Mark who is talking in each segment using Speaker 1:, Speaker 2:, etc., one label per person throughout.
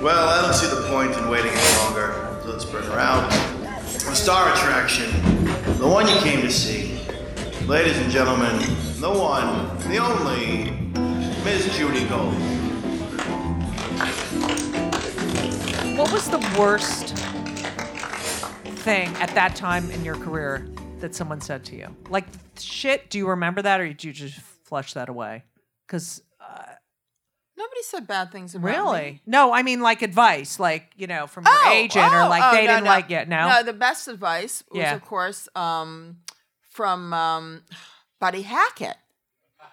Speaker 1: Well, I don't see the point in waiting any longer. So let's bring her out. The star attraction, the one you came to see. Ladies and gentlemen, the one, the only, Miss Judy Gold.
Speaker 2: What was the worst thing at that time in your career that someone said to you? Like, shit, do you remember that or did you just flush that away? um, Because
Speaker 3: Nobody said bad things about me.
Speaker 2: really, no, I mean, like advice, like, you know, from your
Speaker 3: Oh,
Speaker 2: agent or
Speaker 3: oh,
Speaker 2: like
Speaker 3: oh,
Speaker 2: they
Speaker 3: no,
Speaker 2: didn't
Speaker 3: no.
Speaker 2: like it. No?
Speaker 3: No, the best advice was,
Speaker 2: Yeah.
Speaker 3: of course, um, from um, Buddy Hackett,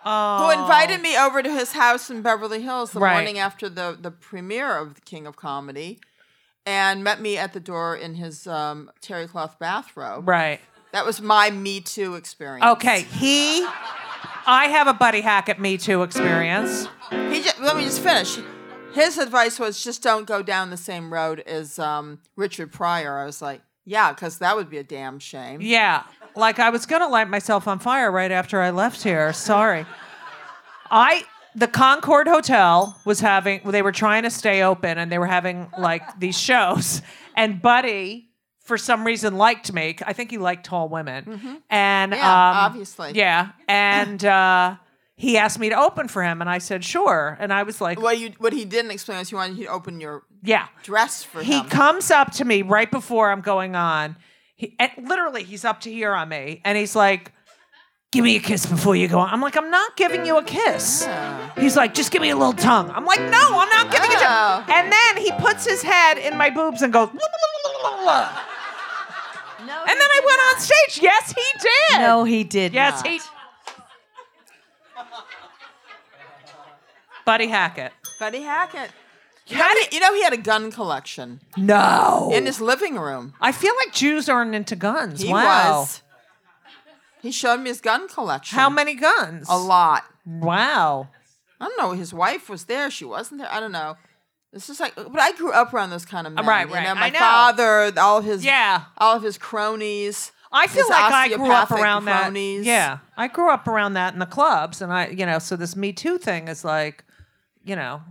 Speaker 2: oh,
Speaker 3: who invited me over to his house in Beverly Hills the
Speaker 2: Right.
Speaker 3: morning after the, the premiere of The King of Comedy and met me at the door in his um, terry cloth bathrobe.
Speaker 2: Right.
Speaker 3: That was my Me Too experience.
Speaker 2: Okay. He, I have a Buddy Hackett Me Too experience.
Speaker 3: He ju- let me just finish. His advice was just don't go down the same road as um, Richard Pryor. I was like, yeah, because that would be a damn shame.
Speaker 2: Yeah. Like I was going to light myself on fire right after I left here. Sorry. I the Concord Hotel was having they were trying to stay open and they were having like these shows and Buddy for some reason liked me. I think he liked tall women. And
Speaker 3: Mm-hmm. Yeah,
Speaker 2: um,
Speaker 3: obviously.
Speaker 2: Yeah. And uh he asked me to open for him and I said sure and I was like
Speaker 3: What you what he didn't explain is he wanted you to open your
Speaker 2: yeah.
Speaker 3: dress for
Speaker 2: he
Speaker 3: him.
Speaker 2: comes up to me right before I'm going on. He, and literally, he's up to here on me, and he's like, "Give me a kiss before you go on." I'm like, "I'm not giving you a kiss." He's like, "Just give me a little tongue." I'm like, "No, I'm not giving you a
Speaker 3: Oh.
Speaker 2: tongue." And then he puts his head in my boobs and goes. And
Speaker 3: no,
Speaker 2: then I went on stage. Yes, he did.
Speaker 4: No, he did
Speaker 2: Yes,
Speaker 4: not.
Speaker 2: he. Buddy Hackett.
Speaker 3: Buddy Hackett. you know he had a gun collection
Speaker 2: No.
Speaker 3: in his living room.
Speaker 2: I feel like Jews aren't into guns.
Speaker 3: He
Speaker 2: wow.
Speaker 3: was. He showed me his gun collection.
Speaker 2: How many guns?
Speaker 3: A lot.
Speaker 2: Wow.
Speaker 3: I don't know. His wife was there. She wasn't there. I don't know. It's just like, but I grew up around those kind of men.
Speaker 2: Right,
Speaker 3: you
Speaker 2: right.
Speaker 3: know, my
Speaker 2: I know.
Speaker 3: father, all of his,
Speaker 2: Yeah.
Speaker 3: all of his cronies.
Speaker 2: I feel
Speaker 3: his
Speaker 2: like I grew up
Speaker 3: osteopathic
Speaker 2: around that.
Speaker 3: cronies.
Speaker 2: Yeah. I grew up around that in the clubs and I, you know, so this Me Too thing is like, you know,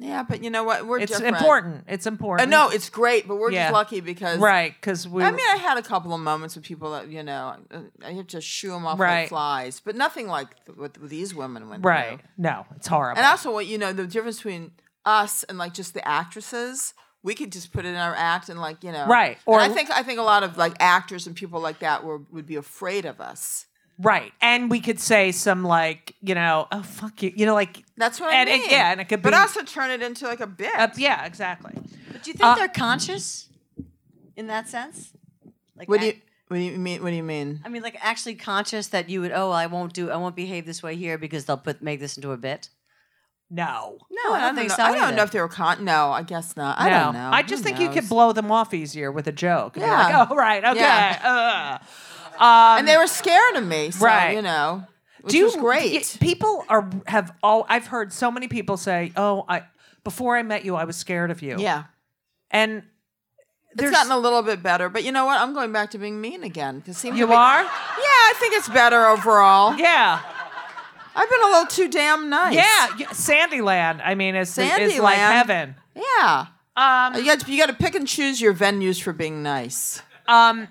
Speaker 3: yeah. But you know what? We're
Speaker 2: it's
Speaker 3: different.
Speaker 2: important. It's important.
Speaker 3: And no, it's great, but we're
Speaker 2: Yeah.
Speaker 3: just lucky because
Speaker 2: right, cuz we
Speaker 3: I mean, I had a couple of moments with people that you know uh, I have to shoo them off
Speaker 2: Right.
Speaker 3: like flies, but nothing like th- what these women went
Speaker 2: right.
Speaker 3: through.
Speaker 2: No, it's horrible.
Speaker 3: And also, what you know, the difference between us and like just the actresses, we could just put it in our act and like you know,
Speaker 2: Right.
Speaker 3: Or
Speaker 2: Or-
Speaker 3: I think I think a lot of like actors and people like that were would be afraid of us.
Speaker 2: right. And we could say some like, you know, oh fuck you. You know like
Speaker 3: That's what
Speaker 2: and
Speaker 3: I
Speaker 2: it-
Speaker 3: mean.
Speaker 2: yeah, and it could
Speaker 3: but
Speaker 2: be
Speaker 3: also turn it into like a bit.
Speaker 2: uh, yeah, exactly.
Speaker 4: But do you think
Speaker 2: Uh,
Speaker 4: they're conscious in that sense? Like
Speaker 3: What do
Speaker 4: ac-
Speaker 3: you what do you mean? What do you mean?
Speaker 4: I mean, like actually conscious that you would. Oh, I won't do. I won't behave this way here because they'll put make this into a bit.
Speaker 2: No.
Speaker 4: No, I don't, think
Speaker 3: know.
Speaker 4: so.
Speaker 3: I don't
Speaker 4: either.
Speaker 3: know if they were con. No, I guess not. I
Speaker 2: no.
Speaker 3: don't know.
Speaker 2: I
Speaker 3: Who
Speaker 2: just think you could
Speaker 3: knows?
Speaker 2: blow them off easier with a joke. And yeah.
Speaker 3: Yeah.
Speaker 2: Like, oh, right. Okay.
Speaker 3: Yeah.
Speaker 2: uh." Um,
Speaker 3: and they were scared of me. So,
Speaker 2: Right.
Speaker 3: You know, which
Speaker 2: do you-
Speaker 3: was great.
Speaker 2: y- people are have all I've heard so many people say, "Oh, I before I met you, I was scared of you."
Speaker 3: yeah.
Speaker 2: and
Speaker 3: It's
Speaker 2: there's
Speaker 3: gotten a little bit better, but you know what? I'm going back to being mean again. Cause seems to
Speaker 2: you
Speaker 3: be-
Speaker 2: are,
Speaker 3: Yeah, I think it's better overall.
Speaker 2: yeah,
Speaker 3: I've been a little too damn nice.
Speaker 2: yeah. y- Sandyland, I mean, is is like
Speaker 3: Sandyland.
Speaker 2: heaven.
Speaker 3: Yeah.
Speaker 2: Um,
Speaker 3: You got to, you got to pick and choose your venues for being nice.
Speaker 2: um,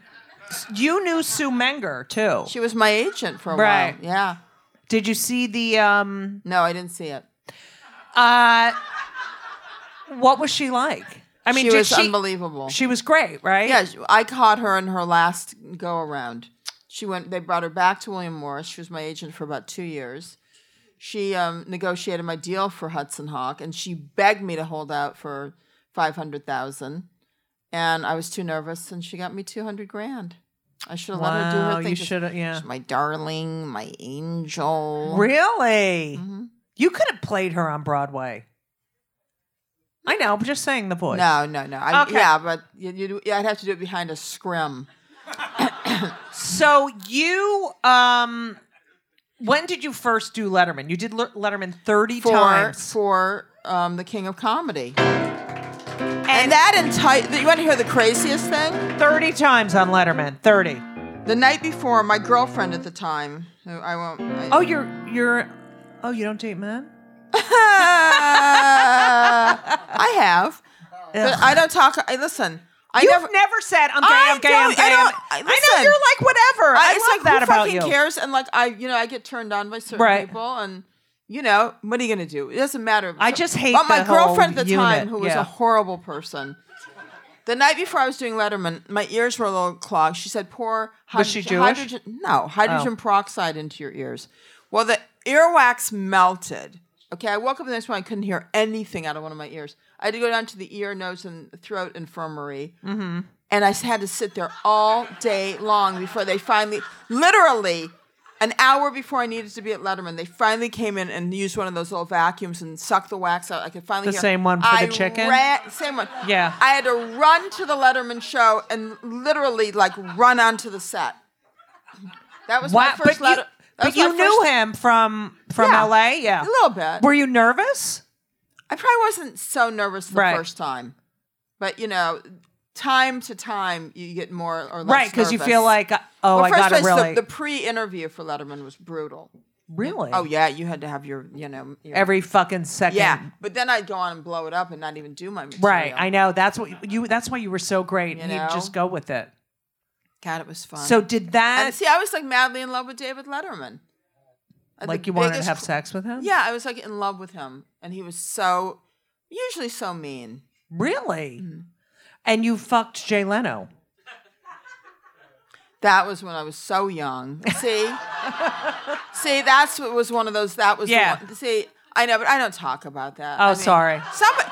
Speaker 2: you knew Sue Menger too.
Speaker 3: She was my agent for a
Speaker 2: Right.
Speaker 3: while. Yeah.
Speaker 2: Did you see the um?
Speaker 3: No, I didn't see it.
Speaker 2: Uh, what was she like? I mean,
Speaker 3: she
Speaker 2: did
Speaker 3: was
Speaker 2: she,
Speaker 3: unbelievable.
Speaker 2: She was great, right?
Speaker 3: Yeah, sh- I caught her in her last go around. She went. They brought her back to William Morris. She was my agent for about two years. She um, negotiated my deal for Hudson Hawk, and she begged me to hold out for five hundred thousand. And I was too nervous, and she got me two hundred grand. I should have let her do
Speaker 2: Wow,
Speaker 3: her thing.
Speaker 2: you
Speaker 3: 'cause
Speaker 2: shoulda- yeah.
Speaker 3: she's my darling, my angel.
Speaker 2: Really?
Speaker 3: Mm-hmm.
Speaker 2: You could have played her on Broadway. I know. I'm just saying the voice.
Speaker 3: No, no, no. I,
Speaker 2: Okay.
Speaker 3: Yeah, but you, you, yeah, I'd have to do it behind a scrim.
Speaker 2: So you, um, when did you first do Letterman? You did Le- Letterman 30
Speaker 3: for
Speaker 2: times.
Speaker 3: for um, the king of comedy. And, that entire you want to hear the craziest thing?
Speaker 2: 30 times on Letterman. 30.
Speaker 3: The night before, my girlfriend at the time, who I won't. I,
Speaker 2: Oh, you're, you're, Oh, you don't date men?
Speaker 3: I have. But I don't talk. I listen. I
Speaker 2: You've
Speaker 3: never.
Speaker 2: never, said I'm gay.
Speaker 3: I
Speaker 2: I'm gay. I'm
Speaker 3: don't-
Speaker 2: gay.
Speaker 3: I
Speaker 2: I'm-
Speaker 3: don't- I-
Speaker 2: I, know
Speaker 3: listen.
Speaker 2: you're like whatever. I,
Speaker 3: it's
Speaker 2: love
Speaker 3: like,
Speaker 2: that
Speaker 3: who
Speaker 2: about
Speaker 3: fucking
Speaker 2: you.
Speaker 3: cares? And like I, you know, I get turned on by certain
Speaker 2: Right.
Speaker 3: people, and you know, what are you gonna do? It doesn't matter.
Speaker 2: I just hate
Speaker 3: But my
Speaker 2: the whole
Speaker 3: girlfriend at the time,
Speaker 2: unit,
Speaker 3: who was
Speaker 2: yeah.
Speaker 3: a horrible person. The night before I was doing Letterman, my ears were a little clogged. She said, "Pour
Speaker 2: Was
Speaker 3: hydrogen,
Speaker 2: she Jewish? Oh.
Speaker 3: hydrogen no hydrogen peroxide into your ears." Well, the earwax melted. Okay, I woke up the next morning. I couldn't hear anything out of one of my ears. I had to go down to the ear, nose, and throat infirmary and I had to sit there all day long before they finally, literally, an hour before I needed to be at Letterman, they finally came in and used one of those little vacuums and sucked the wax out. I could finally
Speaker 2: The
Speaker 3: hear.
Speaker 2: same one for the
Speaker 3: I
Speaker 2: chicken?
Speaker 3: ran- same one.
Speaker 2: Yeah.
Speaker 3: I had to run to the Letterman show and literally like run onto the set. That was
Speaker 2: Wow,
Speaker 3: my
Speaker 2: but
Speaker 3: first
Speaker 2: you,
Speaker 3: letter. that
Speaker 2: but
Speaker 3: was my
Speaker 2: you knew
Speaker 3: first-
Speaker 2: him from from
Speaker 3: Yeah,
Speaker 2: LA, yeah.
Speaker 3: a little bit.
Speaker 2: Were you nervous?
Speaker 3: I probably wasn't so nervous the
Speaker 2: Right.
Speaker 3: first time, but you know, time to time you get more or less
Speaker 2: Right, because you feel
Speaker 3: nervous.
Speaker 2: like oh, I
Speaker 3: first
Speaker 2: got to
Speaker 3: place, the-
Speaker 2: really
Speaker 3: The, pre-interview for Letterman was brutal.
Speaker 2: really.
Speaker 3: Oh yeah, you had to have your, you know, your,
Speaker 2: every fucking second.
Speaker 3: yeah. But then I'd go on and blow it up and not even do my material.
Speaker 2: Right, I know. That's what you. That's why you were so great.
Speaker 3: You
Speaker 2: and you
Speaker 3: know?
Speaker 2: just go with it.
Speaker 3: God, it was fun.
Speaker 2: So did that?
Speaker 3: and see, I was like madly in love with David Letterman. At the
Speaker 2: like you wanted to
Speaker 3: biggest
Speaker 2: have
Speaker 3: cl-
Speaker 2: sex with him?
Speaker 3: Yeah, I was like in love with him, and he was so usually so mean.
Speaker 2: Really?
Speaker 3: Mm-hmm.
Speaker 2: And you fucked Jay Leno.
Speaker 3: That was when I was so young. See, see, that's what was one of those. That was the
Speaker 2: Yeah.
Speaker 3: one- see, I know, but I don't talk about that.
Speaker 2: Oh,
Speaker 3: I mean,
Speaker 2: sorry.
Speaker 3: Somebody,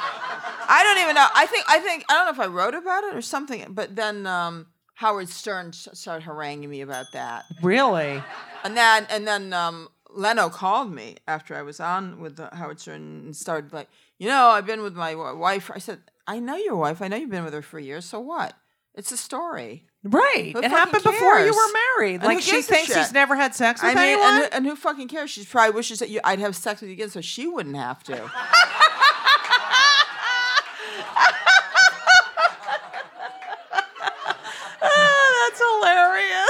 Speaker 3: I don't even know. I think I think I don't know if I wrote about it or something. But then um, Howard Stern s- started haranguing me about that,
Speaker 2: Really?
Speaker 3: and then and then um, Leno called me after I was on with the Howard Stern and started like, you know, I've been with my w- wife. I said, I know your wife. I know you've been with her for years. So what? It's a story.
Speaker 2: Right.
Speaker 3: Who
Speaker 2: it
Speaker 3: fucking
Speaker 2: happened before you
Speaker 3: cares?
Speaker 2: were married.
Speaker 3: And
Speaker 2: Like
Speaker 3: who
Speaker 2: she
Speaker 3: gives a
Speaker 2: thinks
Speaker 3: shit?
Speaker 2: he's never had sex with
Speaker 3: I mean,
Speaker 2: anyone.
Speaker 3: and, who- and who fucking cares? She probably wishes that you, I'd have sex with you again so she wouldn't have to.
Speaker 2: that's hilarious.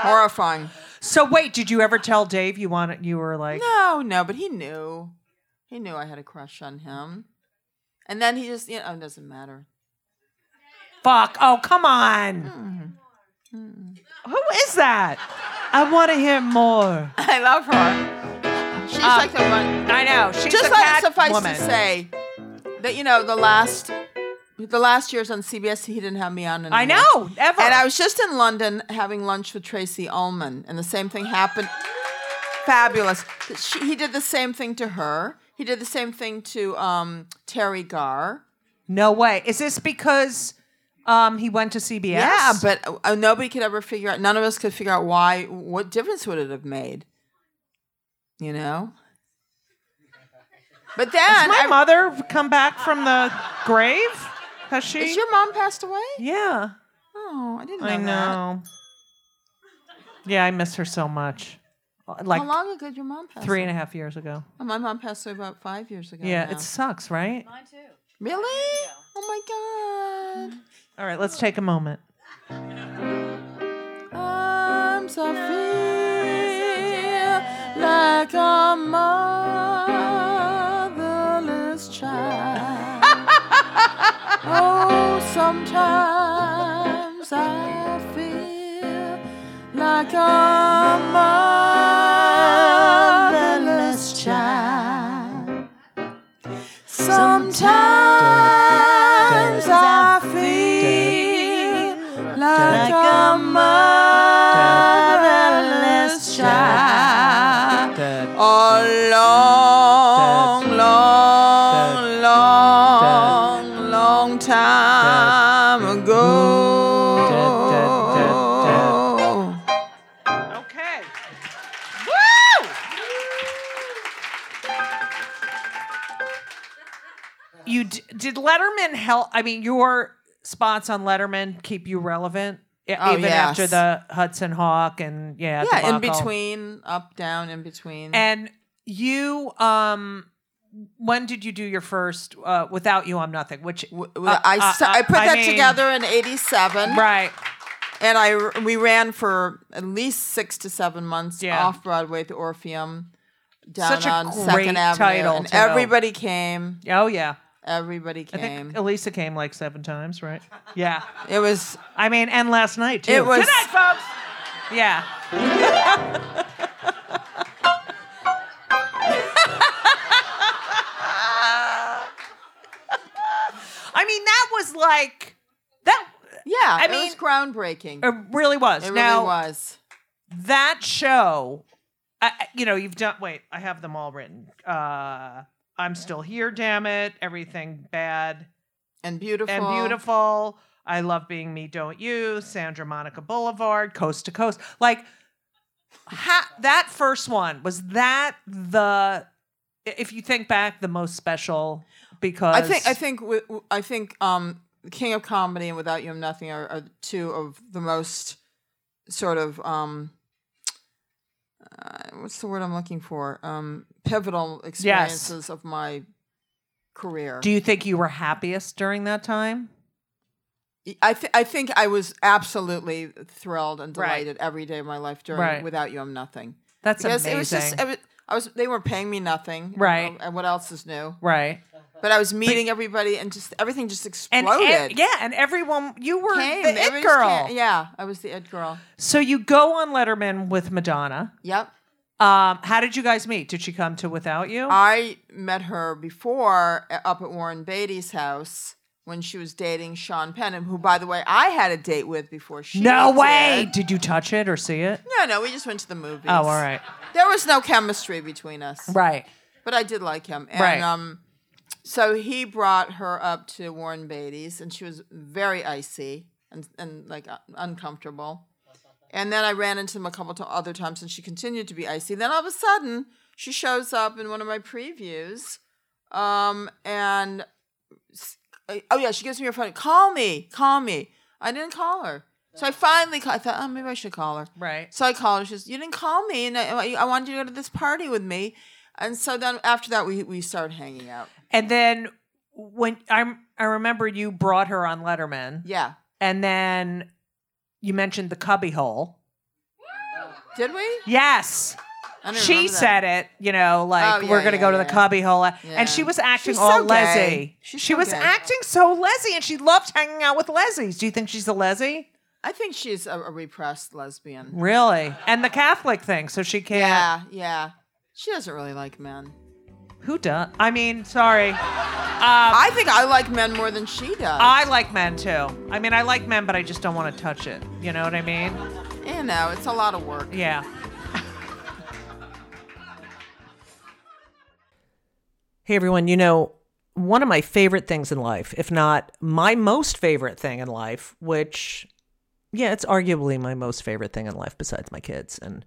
Speaker 3: Horrifying.
Speaker 2: So wait, did you ever tell Dave you wanted? You were like,
Speaker 3: No, no, but he knew. He knew I had a crush on him. And then he just, you know, it doesn't matter.
Speaker 2: fuck. Oh come on. Who is that? I want to hear more.
Speaker 3: I love her. She's like the one.
Speaker 2: I know. She's
Speaker 3: Just
Speaker 2: Um, a
Speaker 3: like
Speaker 2: cat
Speaker 3: suffice
Speaker 2: woman.
Speaker 3: to say that you know the last, the last years on CBS, he didn't have me on. Anymore.
Speaker 2: I know. Ever.
Speaker 3: And I was just in London having lunch with Tracy Ullman, and the same thing happened. Fabulous. She, he did the same thing to her. He did the same thing to um, Terry Garr.
Speaker 2: no way. Is this because um he went to CBS?
Speaker 3: Yeah, but uh, nobody could ever figure out. None of us could figure out why. What difference would it have made? You know. But then,
Speaker 2: Has my
Speaker 3: I-
Speaker 2: mother come back from the grave? Has she?
Speaker 3: is your mom passed away?
Speaker 2: yeah,
Speaker 3: Oh, I didn't know.
Speaker 2: I
Speaker 3: That.
Speaker 2: know. Yeah, I miss her so much. Like
Speaker 3: How long ago did your mom pass?
Speaker 2: three
Speaker 3: away?
Speaker 2: and a half years ago.
Speaker 3: Oh, my mom passed away about five years ago.
Speaker 2: Yeah,
Speaker 3: now.
Speaker 2: it sucks, right?
Speaker 3: really. Oh my god.
Speaker 2: All right, let's take a moment.
Speaker 3: Arms I feel like a motherless child. oh, sometimes I feel like a motherless child. Sometimes I feel like a motherless child. A long, long, long, long time ago.
Speaker 2: Okay. Woo! You d- did Letterman help? I mean, your spots on Letterman keep you relevant, e-
Speaker 3: Oh,
Speaker 2: even
Speaker 3: yes.
Speaker 2: after the Hudson Hawk and yeah,
Speaker 3: Yeah, in
Speaker 2: debacle.
Speaker 3: between, up, down, in between.
Speaker 2: And you, um, when did you do your first uh, "Without You I'm Nothing"? Which
Speaker 3: W- w- Uh, I, s- I put that
Speaker 2: mean,
Speaker 3: together in 87.
Speaker 2: uh, right?
Speaker 3: and I we ran for at least six to seven months
Speaker 2: Yeah.
Speaker 3: off Broadway at the Orpheum down
Speaker 2: Such a
Speaker 3: on
Speaker 2: great
Speaker 3: Second Avenue,
Speaker 2: title,
Speaker 3: and
Speaker 2: too.
Speaker 3: everybody came.
Speaker 2: Oh yeah.
Speaker 3: Everybody
Speaker 2: I think
Speaker 3: came.
Speaker 2: Elisa came like seven times, right? Yeah.
Speaker 3: It was
Speaker 2: I mean, and last night too.
Speaker 3: It was-
Speaker 2: Good night, folks. Yeah. I mean, that was like that.
Speaker 3: yeah.
Speaker 2: I
Speaker 3: it was
Speaker 2: mean-
Speaker 3: groundbreaking.
Speaker 2: It really was.
Speaker 3: it
Speaker 2: now
Speaker 3: really was.
Speaker 2: that show, I, I- you know, you've done. Wait, I have them all written. Uh, I'm still here. Damn it! Everything bad.
Speaker 3: And beautiful.
Speaker 2: and beautiful. I love being me, don't you? Sandra Monica Boulevard, coast to coast. Like ha- that first one was that the if you think back the most special because
Speaker 3: I think I think wi- w- I think um, King of Comedy and Without You I'm Nothing are, are two of the most sort of um, uh, what's the word I'm looking for um, pivotal experiences of my career.
Speaker 2: do you think you were happiest during that time?
Speaker 3: I th- I think I was absolutely thrilled and
Speaker 2: Right.
Speaker 3: delighted every day of my life during
Speaker 2: Right.
Speaker 3: Without You I'm Nothing.
Speaker 2: That's
Speaker 3: Yes,
Speaker 2: amazing.
Speaker 3: it was just. I was, I was. They weren't paying me nothing, you
Speaker 2: Right.
Speaker 3: know, And what else is new?
Speaker 2: right.
Speaker 3: But I was meeting everybody, and just everything just
Speaker 2: And,
Speaker 3: exploded.
Speaker 2: and- yeah, and everyone you were
Speaker 3: came.
Speaker 2: the it
Speaker 3: Everybody's
Speaker 2: girl.
Speaker 3: ca- Yeah, I was the it girl.
Speaker 2: So you go on Letterman with Madonna.
Speaker 3: Yep.
Speaker 2: Um, how did you guys meet? Did she come to Without You?
Speaker 3: I met her before uh, up at Warren Beatty's house when she was dating Sean Penham, who, by the way, I had a date with before she.
Speaker 2: no
Speaker 3: did.
Speaker 2: way. Did you touch it or see it?
Speaker 3: No, no, we just went to the movies.
Speaker 2: Oh, all right.
Speaker 3: There was no chemistry between us,
Speaker 2: Right.
Speaker 3: but I did like him. And,
Speaker 2: Right.
Speaker 3: Um, so he brought her up to Warren Beatty's, and she was very icy and and like uh, uncomfortable. And then I ran into them a couple to other times, and she continued to be icy. Then all of a sudden, she shows up in one of my previews, um, and s- I- oh yeah, she gives me her phone. Call me, call me. I didn't call her, so I finally call, I thought, oh, maybe I should call her.
Speaker 2: Right.
Speaker 3: So I called her. She says, "You didn't call me, and I, I wanted you to go to this party with me." And so then after that, we we started hanging out.
Speaker 2: And then when I I remember you brought her on Letterman,
Speaker 3: Yeah,
Speaker 2: and then you mentioned the cubbyhole.
Speaker 3: did we? I
Speaker 2: Yes,
Speaker 3: don't
Speaker 2: she
Speaker 3: remember that.
Speaker 2: said it. You know, like
Speaker 3: Oh, yeah,
Speaker 2: we're gonna
Speaker 3: yeah,
Speaker 2: go to the
Speaker 3: yeah.
Speaker 2: cubbyhole,
Speaker 3: Yeah.
Speaker 2: and she was acting
Speaker 3: She's
Speaker 2: all
Speaker 3: so
Speaker 2: Leslie.
Speaker 3: gay. She's
Speaker 2: she
Speaker 3: so
Speaker 2: was
Speaker 3: gay.
Speaker 2: acting so Leslie, and she loved hanging out with Leslies. Do you think she's a Leslie?
Speaker 3: I think she's a, a repressed lesbian.
Speaker 2: Really? And the Catholic thing, so she can't.
Speaker 3: Yeah, yeah. She doesn't really like men.
Speaker 2: Who does? I mean, sorry. Uh,
Speaker 3: I think I like men more than she does.
Speaker 2: I like men too. I mean, I like men, but I just don't want to touch it. You know what I mean?
Speaker 3: you know, it's a lot of work.
Speaker 2: Yeah. hey, everyone. You know, one of my favorite things in life, if not my most favorite thing in life, which, yeah, it's arguably my most favorite thing in life besides my kids, and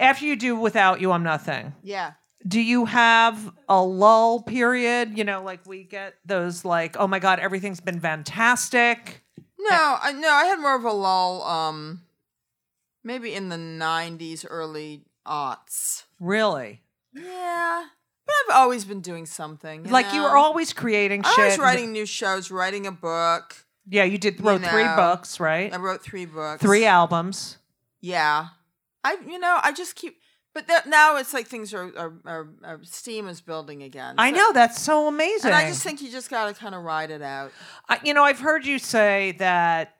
Speaker 2: After you do without you, I'm nothing.
Speaker 3: Yeah.
Speaker 2: Do you have a lull period? You know, like we get those like, oh my God, everything's been fantastic.
Speaker 3: No, I no, I had more of a lull. Um, maybe in the '90s, early aughts.
Speaker 2: Really?
Speaker 3: Yeah, but I've always been doing something.
Speaker 2: Like you
Speaker 3: know?
Speaker 2: were always creating shit.
Speaker 3: I was writing new shows, writing a book.
Speaker 2: Yeah, you did wrote three
Speaker 3: know,
Speaker 2: books, right?
Speaker 3: I wrote three books.
Speaker 2: Three albums.
Speaker 3: Yeah, I you know I just keep. But that, now it's like things are, are, are, are steam is building again.
Speaker 2: I
Speaker 3: So-
Speaker 2: know that's so amazing.
Speaker 3: and I just think you just gotta kind of ride it out.
Speaker 2: I, you know, I've heard you say that,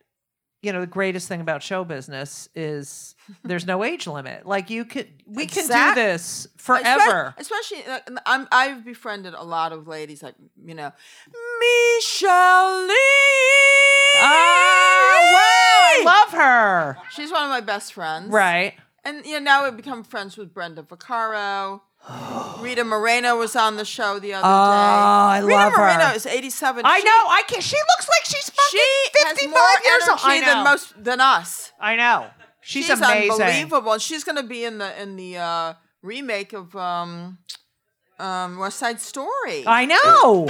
Speaker 2: you know, the greatest thing about show business is there's no age limit. Like you could, we can
Speaker 3: Exact-
Speaker 2: do this
Speaker 3: Espe-
Speaker 2: forever.
Speaker 3: Especially, uh, I'm, I've befriended a lot of ladies like you know, Michelle Lee.
Speaker 2: Oh, wow. I love her.
Speaker 3: She's one of my best friends.
Speaker 2: Right.
Speaker 3: And you know, now we've become friends with Brenda Vaccaro. Rita Moreno was on the show the other
Speaker 2: Oh,
Speaker 3: day.
Speaker 2: I
Speaker 3: Rita
Speaker 2: love her.
Speaker 3: Moreno is 87.
Speaker 2: I
Speaker 3: She-
Speaker 2: know. I can not She looks like she's fucking
Speaker 3: She has
Speaker 2: 55
Speaker 3: more
Speaker 2: years old. I
Speaker 3: energy
Speaker 2: know.
Speaker 3: than most than us.
Speaker 2: I know. She's,
Speaker 3: She's
Speaker 2: amazing.
Speaker 3: unbelievable. And she's going to be in the in the uh, remake of um, um, West Side Story.
Speaker 2: I know.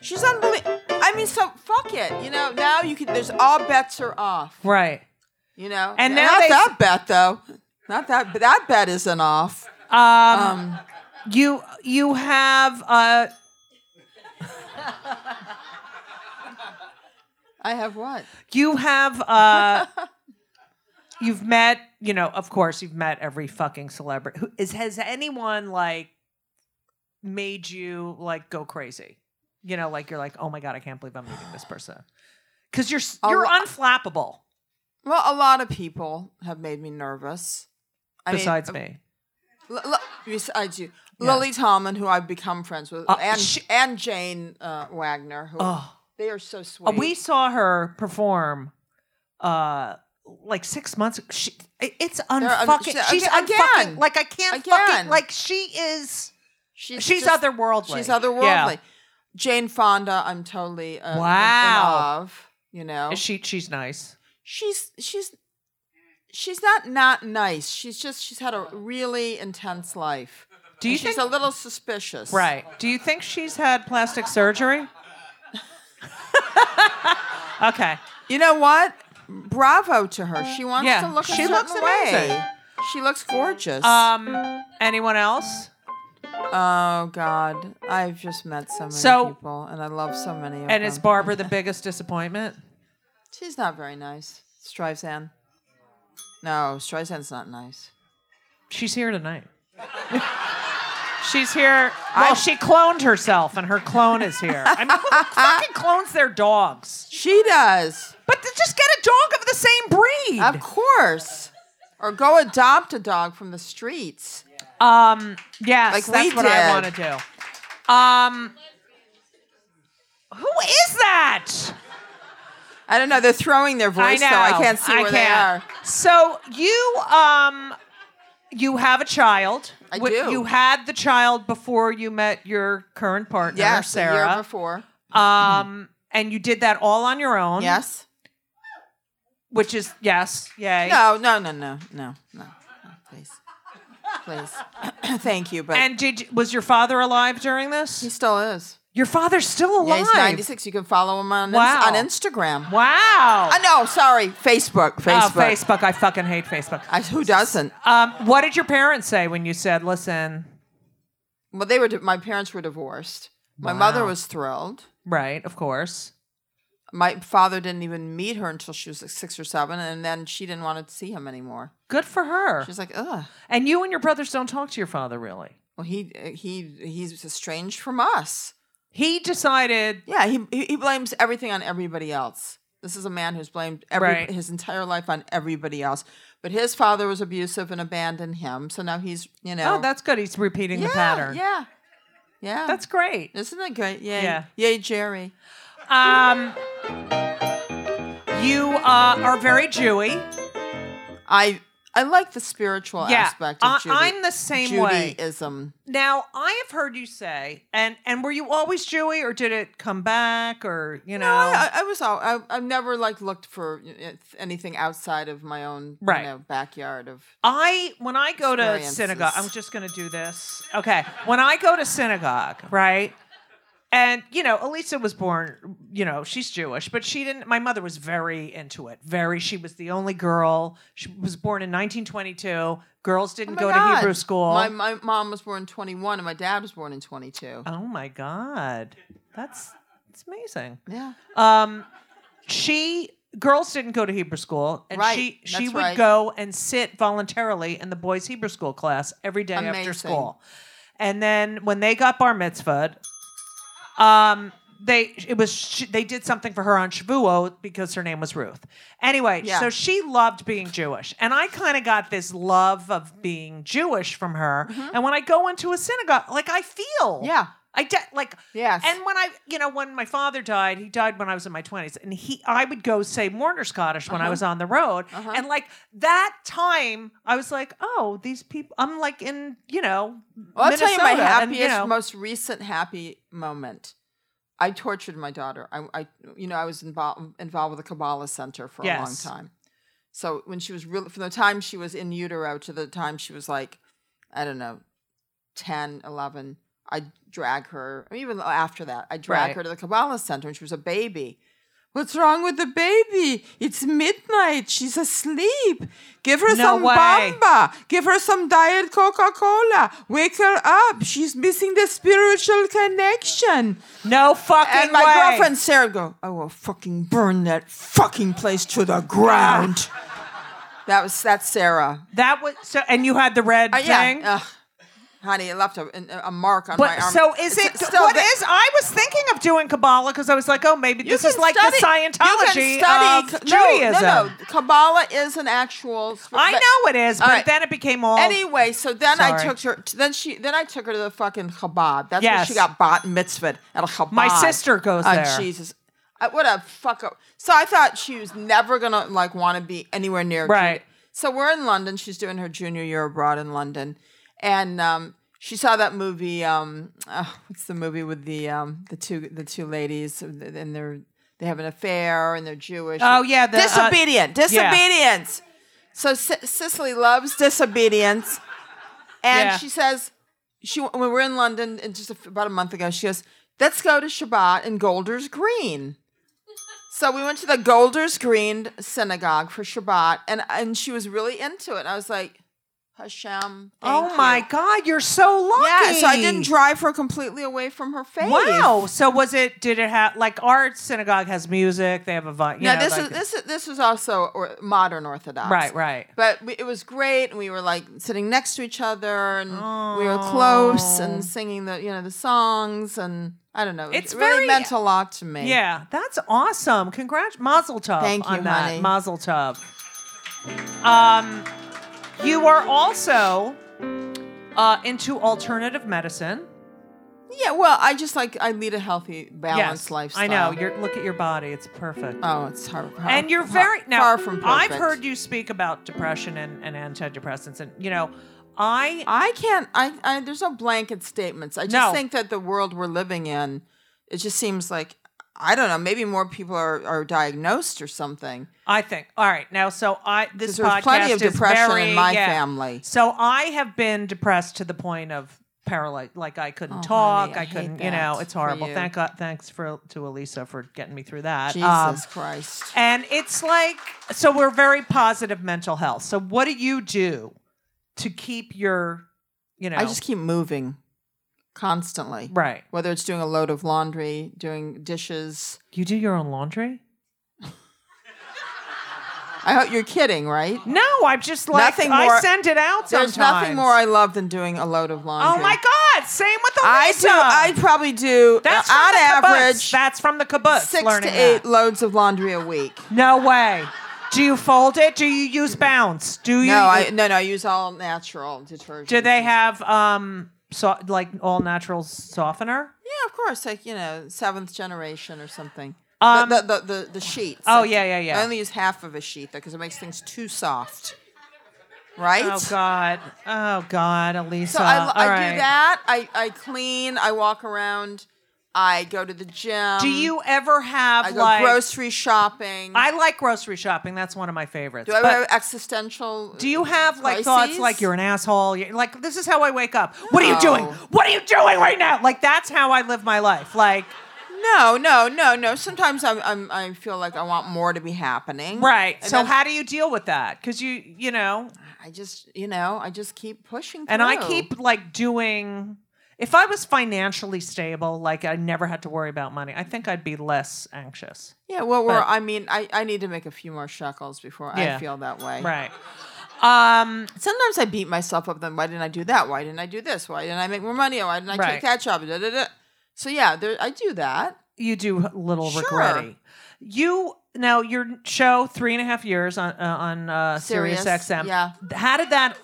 Speaker 3: she's unbelievable. I mean, so fuck it. You know, now you can. There's all bets are off.
Speaker 2: Right.
Speaker 3: You know,
Speaker 2: And now
Speaker 3: not
Speaker 2: they-
Speaker 3: that bet though. Not that. But that bet isn't off.
Speaker 2: Um,
Speaker 3: Um,
Speaker 2: you you have uh
Speaker 3: I have what?
Speaker 2: you have uh you've met, you know, of course you've met every fucking celebrity. Who is has anyone like made you like go crazy? You know, like you're like, "Oh my god, I can't believe I'm meeting this person." Cuz you're s-
Speaker 3: A
Speaker 2: you're
Speaker 3: lo-
Speaker 2: unflappable
Speaker 3: Well, a lot of people have made me nervous. I
Speaker 2: besides
Speaker 3: mean, uh,
Speaker 2: me.
Speaker 3: L- L- besides you, Lily Tomlin, who I've become friends with,
Speaker 2: Uh,
Speaker 3: and
Speaker 2: she-
Speaker 3: and Jane uh, Wagner, who
Speaker 2: Oh.
Speaker 3: they are so sweet.
Speaker 2: Uh, we saw her perform uh like six months she it- it's
Speaker 3: un-
Speaker 2: unfucking
Speaker 3: she-
Speaker 2: she's
Speaker 3: aga-
Speaker 2: unfucking-
Speaker 3: again.
Speaker 2: like i can't
Speaker 3: Again.
Speaker 2: fucking like she is
Speaker 3: she's
Speaker 2: she's
Speaker 3: just-
Speaker 2: otherworldly
Speaker 3: She's
Speaker 2: Yeah.
Speaker 3: otherworldly. Jane Fonda, I'm totally uh, in-
Speaker 2: Wow.
Speaker 3: in awe of. You know,
Speaker 2: Is she she's nice
Speaker 3: she's she's she's not not nice. She's just she's had a really intense life.
Speaker 2: do you
Speaker 3: And she's
Speaker 2: think
Speaker 3: a little suspicious?
Speaker 2: right do you think she's had plastic surgery okay
Speaker 3: You know what? Bravo to her. She wants
Speaker 2: Yeah,
Speaker 3: to look. A
Speaker 2: she
Speaker 3: certain
Speaker 2: looks amazing.
Speaker 3: way. She looks gorgeous.
Speaker 2: um anyone else
Speaker 3: oh God, I've just met so many
Speaker 2: So-
Speaker 3: people, and I love so many of
Speaker 2: and
Speaker 3: them.
Speaker 2: is barbara the biggest disappointment
Speaker 3: She's not very nice. Streisand. No, Streisand's not nice.
Speaker 2: she's here tonight She's here. Well, she cloned herself, and her clone is here. I mean, who fucking clones their dogs?
Speaker 3: She does,
Speaker 2: But th- just get a dog of the same breed.
Speaker 3: of course. Or go adopt a dog from the streets.
Speaker 2: Um, yes,
Speaker 3: Like
Speaker 2: that's
Speaker 3: we
Speaker 2: what I
Speaker 3: did.
Speaker 2: want to do. Um, who is that?
Speaker 3: I don't know. They're throwing their voice
Speaker 2: I know.
Speaker 3: though. I can't see
Speaker 2: I
Speaker 3: where
Speaker 2: can't.
Speaker 3: they are.
Speaker 2: So you, um, you have a child.
Speaker 3: I
Speaker 2: Wh-
Speaker 3: do.
Speaker 2: You had the child before you met your current partner,
Speaker 3: Yes, the
Speaker 2: Sarah.
Speaker 3: year before.
Speaker 2: Um, and you did that all on your own.
Speaker 3: Yes.
Speaker 2: Which is yes, yay.
Speaker 3: No, no, no, no, no, no. no, Please, please. Thank you, but
Speaker 2: And did was your father alive during
Speaker 3: he
Speaker 2: this?
Speaker 3: still is.
Speaker 2: Your father's still
Speaker 3: Yeah,
Speaker 2: alive.
Speaker 3: he's 96. You can follow him on
Speaker 2: Wow.
Speaker 3: Ins- on Instagram.
Speaker 2: Wow.
Speaker 3: Uh, no, sorry, Facebook. Facebook.
Speaker 2: Oh, Facebook. I fucking hate Facebook.
Speaker 3: I, who doesn't?
Speaker 2: Um, what did your parents say when you said, listen,
Speaker 3: Well, they were. di- My parents were divorced. My mother was thrilled.
Speaker 2: right, of course.
Speaker 3: My father didn't even meet her until she was like six or seven, and then she didn't want to see him anymore.
Speaker 2: Good for her.
Speaker 3: She's like, ugh.
Speaker 2: And you and your brothers don't talk to your father, really.
Speaker 3: Well, he he he's estranged from us.
Speaker 2: He decided
Speaker 3: Yeah, he he he blames everything on everybody else. This is a man who's blamed every
Speaker 2: Right.
Speaker 3: his entire life on everybody else. But his father was abusive and abandoned him, so now he's you know.
Speaker 2: Oh, that's good. He's repeating
Speaker 3: yeah,
Speaker 2: the pattern.
Speaker 3: Yeah, yeah.
Speaker 2: That's great.
Speaker 3: isn't that great? Yay.
Speaker 2: Yeah.
Speaker 3: Yay, Jerry.
Speaker 2: Um, you uh, are very Jewy.
Speaker 3: I I like the spiritual
Speaker 2: Yeah,
Speaker 3: aspect of
Speaker 2: I-
Speaker 3: Judy.
Speaker 2: I'm the same way.
Speaker 3: Judaism.
Speaker 2: Now, I have heard you say, and and were you always Jewy, or did it come back, or you know?
Speaker 3: No, I, I- I was all. I, I've never like looked for you know, anything outside of my own
Speaker 2: Right.
Speaker 3: you know, backyard of.
Speaker 2: I when I go to
Speaker 3: Experiences.
Speaker 2: synagogue, I'm just going to do this. Okay. When I go to synagogue, right? And you know, Elisa was born, you know, she's Jewish, but she didn't my mother was very into it. Very she was the only girl. She was born in 1922. Girls didn't
Speaker 3: Oh my
Speaker 2: go
Speaker 3: God.
Speaker 2: to Hebrew school.
Speaker 3: My my mom was born in 21 and my dad was born in 22.
Speaker 2: oh my god. That's it's amazing.
Speaker 3: Yeah.
Speaker 2: Um, she girls didn't go to Hebrew school, and
Speaker 3: Right,
Speaker 2: she she
Speaker 3: that's
Speaker 2: would
Speaker 3: right.
Speaker 2: go and sit voluntarily in the boys' Hebrew school class every day after
Speaker 3: Amazing.
Speaker 2: school. And then when they got bar mitzvahed, um, they it was she, they did something for her on Shavuot because her name was Ruth. Anyway,
Speaker 3: Yeah.
Speaker 2: so she loved being Jewish, and I kind of got this love of being Jewish from her. And when I go into a synagogue, like I feel,
Speaker 3: Mm-hmm. Yeah.
Speaker 2: I de- like
Speaker 3: Yes.
Speaker 2: and when I, you know, when my father died, he died when I was in my 20s. And he, I would go say Mourner Scottish
Speaker 3: Uh-huh.
Speaker 2: when I was on the road. And like that time, I was like, oh, these people, I'm like in, you know,
Speaker 3: Well, I'll
Speaker 2: Minnesota.
Speaker 3: tell you my
Speaker 2: and,
Speaker 3: happiest,
Speaker 2: you know-
Speaker 3: most recent happy moment. I tortured my daughter. I, I you know, I was involved involved with the Kabbalah Center for
Speaker 2: Yes.
Speaker 3: a long time. So when she was really, from the time she was in utero to the time she was like, I don't know, 10, 11, I drag her, even after that, I drag
Speaker 2: Right.
Speaker 3: her to the Kabbalah Center and she was a baby. What's wrong with the baby? It's midnight. She's asleep. Give her
Speaker 2: No
Speaker 3: some
Speaker 2: way.
Speaker 3: bamba. Give her some diet Coca Cola. Wake her up. She's missing the spiritual connection.
Speaker 2: no fucking
Speaker 3: And my
Speaker 2: way.
Speaker 3: girlfriend Sarah go, I will fucking burn that fucking place to the ground. that was that's Sarah.
Speaker 2: That was, so, and you had the red
Speaker 3: Uh,
Speaker 2: thing.
Speaker 3: yeah. Ugh. Honey, it left a, an- a mark on my
Speaker 2: but
Speaker 3: arm.
Speaker 2: so is it?
Speaker 3: It's
Speaker 2: What is?
Speaker 3: still there.
Speaker 2: I was thinking of doing Kabbalah because I was like, oh, maybe this is
Speaker 3: can
Speaker 2: like the
Speaker 3: study- you
Speaker 2: Scientology
Speaker 3: can study
Speaker 2: of
Speaker 3: c- no,
Speaker 2: Judaism.
Speaker 3: No, no, Kabbalah is an actual. sp-
Speaker 2: I
Speaker 3: but-
Speaker 2: know it is, but
Speaker 3: All right.
Speaker 2: then it became all.
Speaker 3: Anyway, so then I
Speaker 2: Sorry.
Speaker 3: took her. Then she. Then I took her to the fucking chabad. That's where
Speaker 2: Yes.
Speaker 3: she got bat mitzvahed at a chabad.
Speaker 2: My sister goes
Speaker 3: oh,
Speaker 2: there.
Speaker 3: Jesus, I, what a fuck up. So I thought she was never gonna like want to be anywhere near.
Speaker 2: Right.
Speaker 3: Judy. So we're in London. She's doing her junior year abroad in London, and um, she saw that movie. Um, oh, what's the movie with the um, the two the two ladies and they're they have an affair and they're Jewish.
Speaker 2: Oh, yeah, the, uh,
Speaker 3: disobedient,
Speaker 2: yeah.
Speaker 3: disobedience. So C- Cicely loves disobedience, and
Speaker 2: Yeah.
Speaker 3: she says she when we were in London and just a f about a month ago, she goes, "Let's go to Shabbat in Golders Green." So we went to the Golders Green synagogue for Shabbat, and and she was really into it. And I was like, "Hashem,
Speaker 2: Oh
Speaker 3: thank
Speaker 2: my
Speaker 3: you."
Speaker 2: God, you're so lucky.
Speaker 3: Yeah, so I didn't drive her completely away from her faith.
Speaker 2: Wow. So was it? Did it have like our synagogue has music? They have a vi- you
Speaker 3: Now
Speaker 2: know,
Speaker 3: this
Speaker 2: like-
Speaker 3: is this is this is also or, modern Orthodox,
Speaker 2: right, right.
Speaker 3: But we, it was great, and we were like sitting next to each other, and we were close, and singing the you know the songs, and I don't know.
Speaker 2: Oh. It's
Speaker 3: it
Speaker 2: very-
Speaker 3: really meant a lot to me.
Speaker 2: Yeah, that's awesome. Congrats, Mazel Tov.
Speaker 3: Thank you,
Speaker 2: on that.
Speaker 3: honey.
Speaker 2: Mazel Tov. Um, you are also uh, into alternative medicine.
Speaker 3: yeah. Well, I just like I lead a healthy, balanced
Speaker 2: yes,
Speaker 3: lifestyle.
Speaker 2: I know. You're look at your body; it's perfect.
Speaker 3: oh, it's hard. hard-
Speaker 2: and you're
Speaker 3: hard-
Speaker 2: very now.
Speaker 3: far from.
Speaker 2: I've
Speaker 3: perfect.
Speaker 2: heard you speak about depression and, and antidepressants, and you know, I
Speaker 3: I can't. I, I there's no blanket statements. I just
Speaker 2: No.
Speaker 3: think that the world we're living in, it just seems like I don't know. Maybe more people are are diagnosed or something.
Speaker 2: I think. All right, now so I this
Speaker 3: 'Cause there was
Speaker 2: podcast
Speaker 3: plenty of
Speaker 2: is
Speaker 3: depression
Speaker 2: very-
Speaker 3: in my
Speaker 2: yeah.
Speaker 3: family.
Speaker 2: So I have been depressed to the point of paralyzed, like I couldn't talk,
Speaker 3: Oh, honey,
Speaker 2: I,
Speaker 3: I hate
Speaker 2: couldn't, you know,
Speaker 3: that
Speaker 2: it's
Speaker 3: for
Speaker 2: horrible.
Speaker 3: you.
Speaker 2: Thank God, thanks for to Elisa for getting me through that.
Speaker 3: Jesus
Speaker 2: Um,
Speaker 3: Christ.
Speaker 2: and it's like so we're very positive mental health. So what do you do to keep your, you know,
Speaker 3: I just keep moving constantly.
Speaker 2: right?
Speaker 3: Whether it's doing a load of laundry, doing dishes.
Speaker 2: You do your own laundry.
Speaker 3: I hope you're kidding, right?
Speaker 2: No, I'm just like
Speaker 3: Nothing
Speaker 2: I
Speaker 3: more-
Speaker 2: send it out sometimes.
Speaker 3: There's nothing more I love than doing a load of
Speaker 2: Oh
Speaker 3: laundry.
Speaker 2: my God! Same with the
Speaker 3: I
Speaker 2: Lisa.
Speaker 3: do. I probably do
Speaker 2: That's
Speaker 3: uh,
Speaker 2: from
Speaker 3: on
Speaker 2: the kibbutz.
Speaker 3: average
Speaker 2: That's from the kibbutz.
Speaker 3: six to
Speaker 2: learning
Speaker 3: eight
Speaker 2: that.
Speaker 3: loads of laundry a week.
Speaker 2: No way. Do you fold it? Do you use bounce? Do you?
Speaker 3: No, I no no. I use all natural detergent.
Speaker 2: do they have um so like all natural softener?
Speaker 3: Yeah, of course. Like you know, seventh generation or something.
Speaker 2: Um,
Speaker 3: the, the, the the the sheets.
Speaker 2: Oh,
Speaker 3: Like,
Speaker 2: yeah, yeah, yeah.
Speaker 3: I only use half of a sheet though because it makes things too soft. Right.
Speaker 2: Oh God! Oh God, Elisa!
Speaker 3: So I,
Speaker 2: All
Speaker 3: I
Speaker 2: right.
Speaker 3: do that. I I clean. I walk around. I go to the gym.
Speaker 2: Do you ever have
Speaker 3: um, I go
Speaker 2: like?
Speaker 3: grocery shopping.
Speaker 2: I like grocery shopping. That's one of my favorites.
Speaker 3: do I
Speaker 2: But-
Speaker 3: have existential?
Speaker 2: Do you have like thoughts
Speaker 3: crises?
Speaker 2: like you're an asshole? You're, like this is how I wake up. What are you doing?
Speaker 3: No.
Speaker 2: What are you doing right now? Like that's how I live my life. Like
Speaker 3: No, no, no, no. Sometimes I'm, I'm I feel like I want more to be happening.
Speaker 2: right.
Speaker 3: And
Speaker 2: So
Speaker 3: then
Speaker 2: how do you deal with that? Because you you know,
Speaker 3: I just you know I just keep pushing.
Speaker 2: and I
Speaker 3: through.
Speaker 2: keep like doing. If I was financially stable, like I never had to worry about money, I think I'd be less anxious.
Speaker 3: Yeah, well, we're,
Speaker 2: But-
Speaker 3: I mean, I, I need to make a few more shekels before
Speaker 2: Yeah.
Speaker 3: I feel that way.
Speaker 2: Right. Um.
Speaker 3: Sometimes I beat myself up. Then why didn't I do that? Why didn't I do this? Why didn't I make more money? Why didn't I
Speaker 2: Right.
Speaker 3: take that job? Da, da, da. So yeah, there, I do that.
Speaker 2: you do little
Speaker 3: Sure.
Speaker 2: regretty. You now your show three and a half years on uh, on uh, Sirius,
Speaker 3: Sirius,
Speaker 2: XM.
Speaker 3: yeah.
Speaker 2: how did that?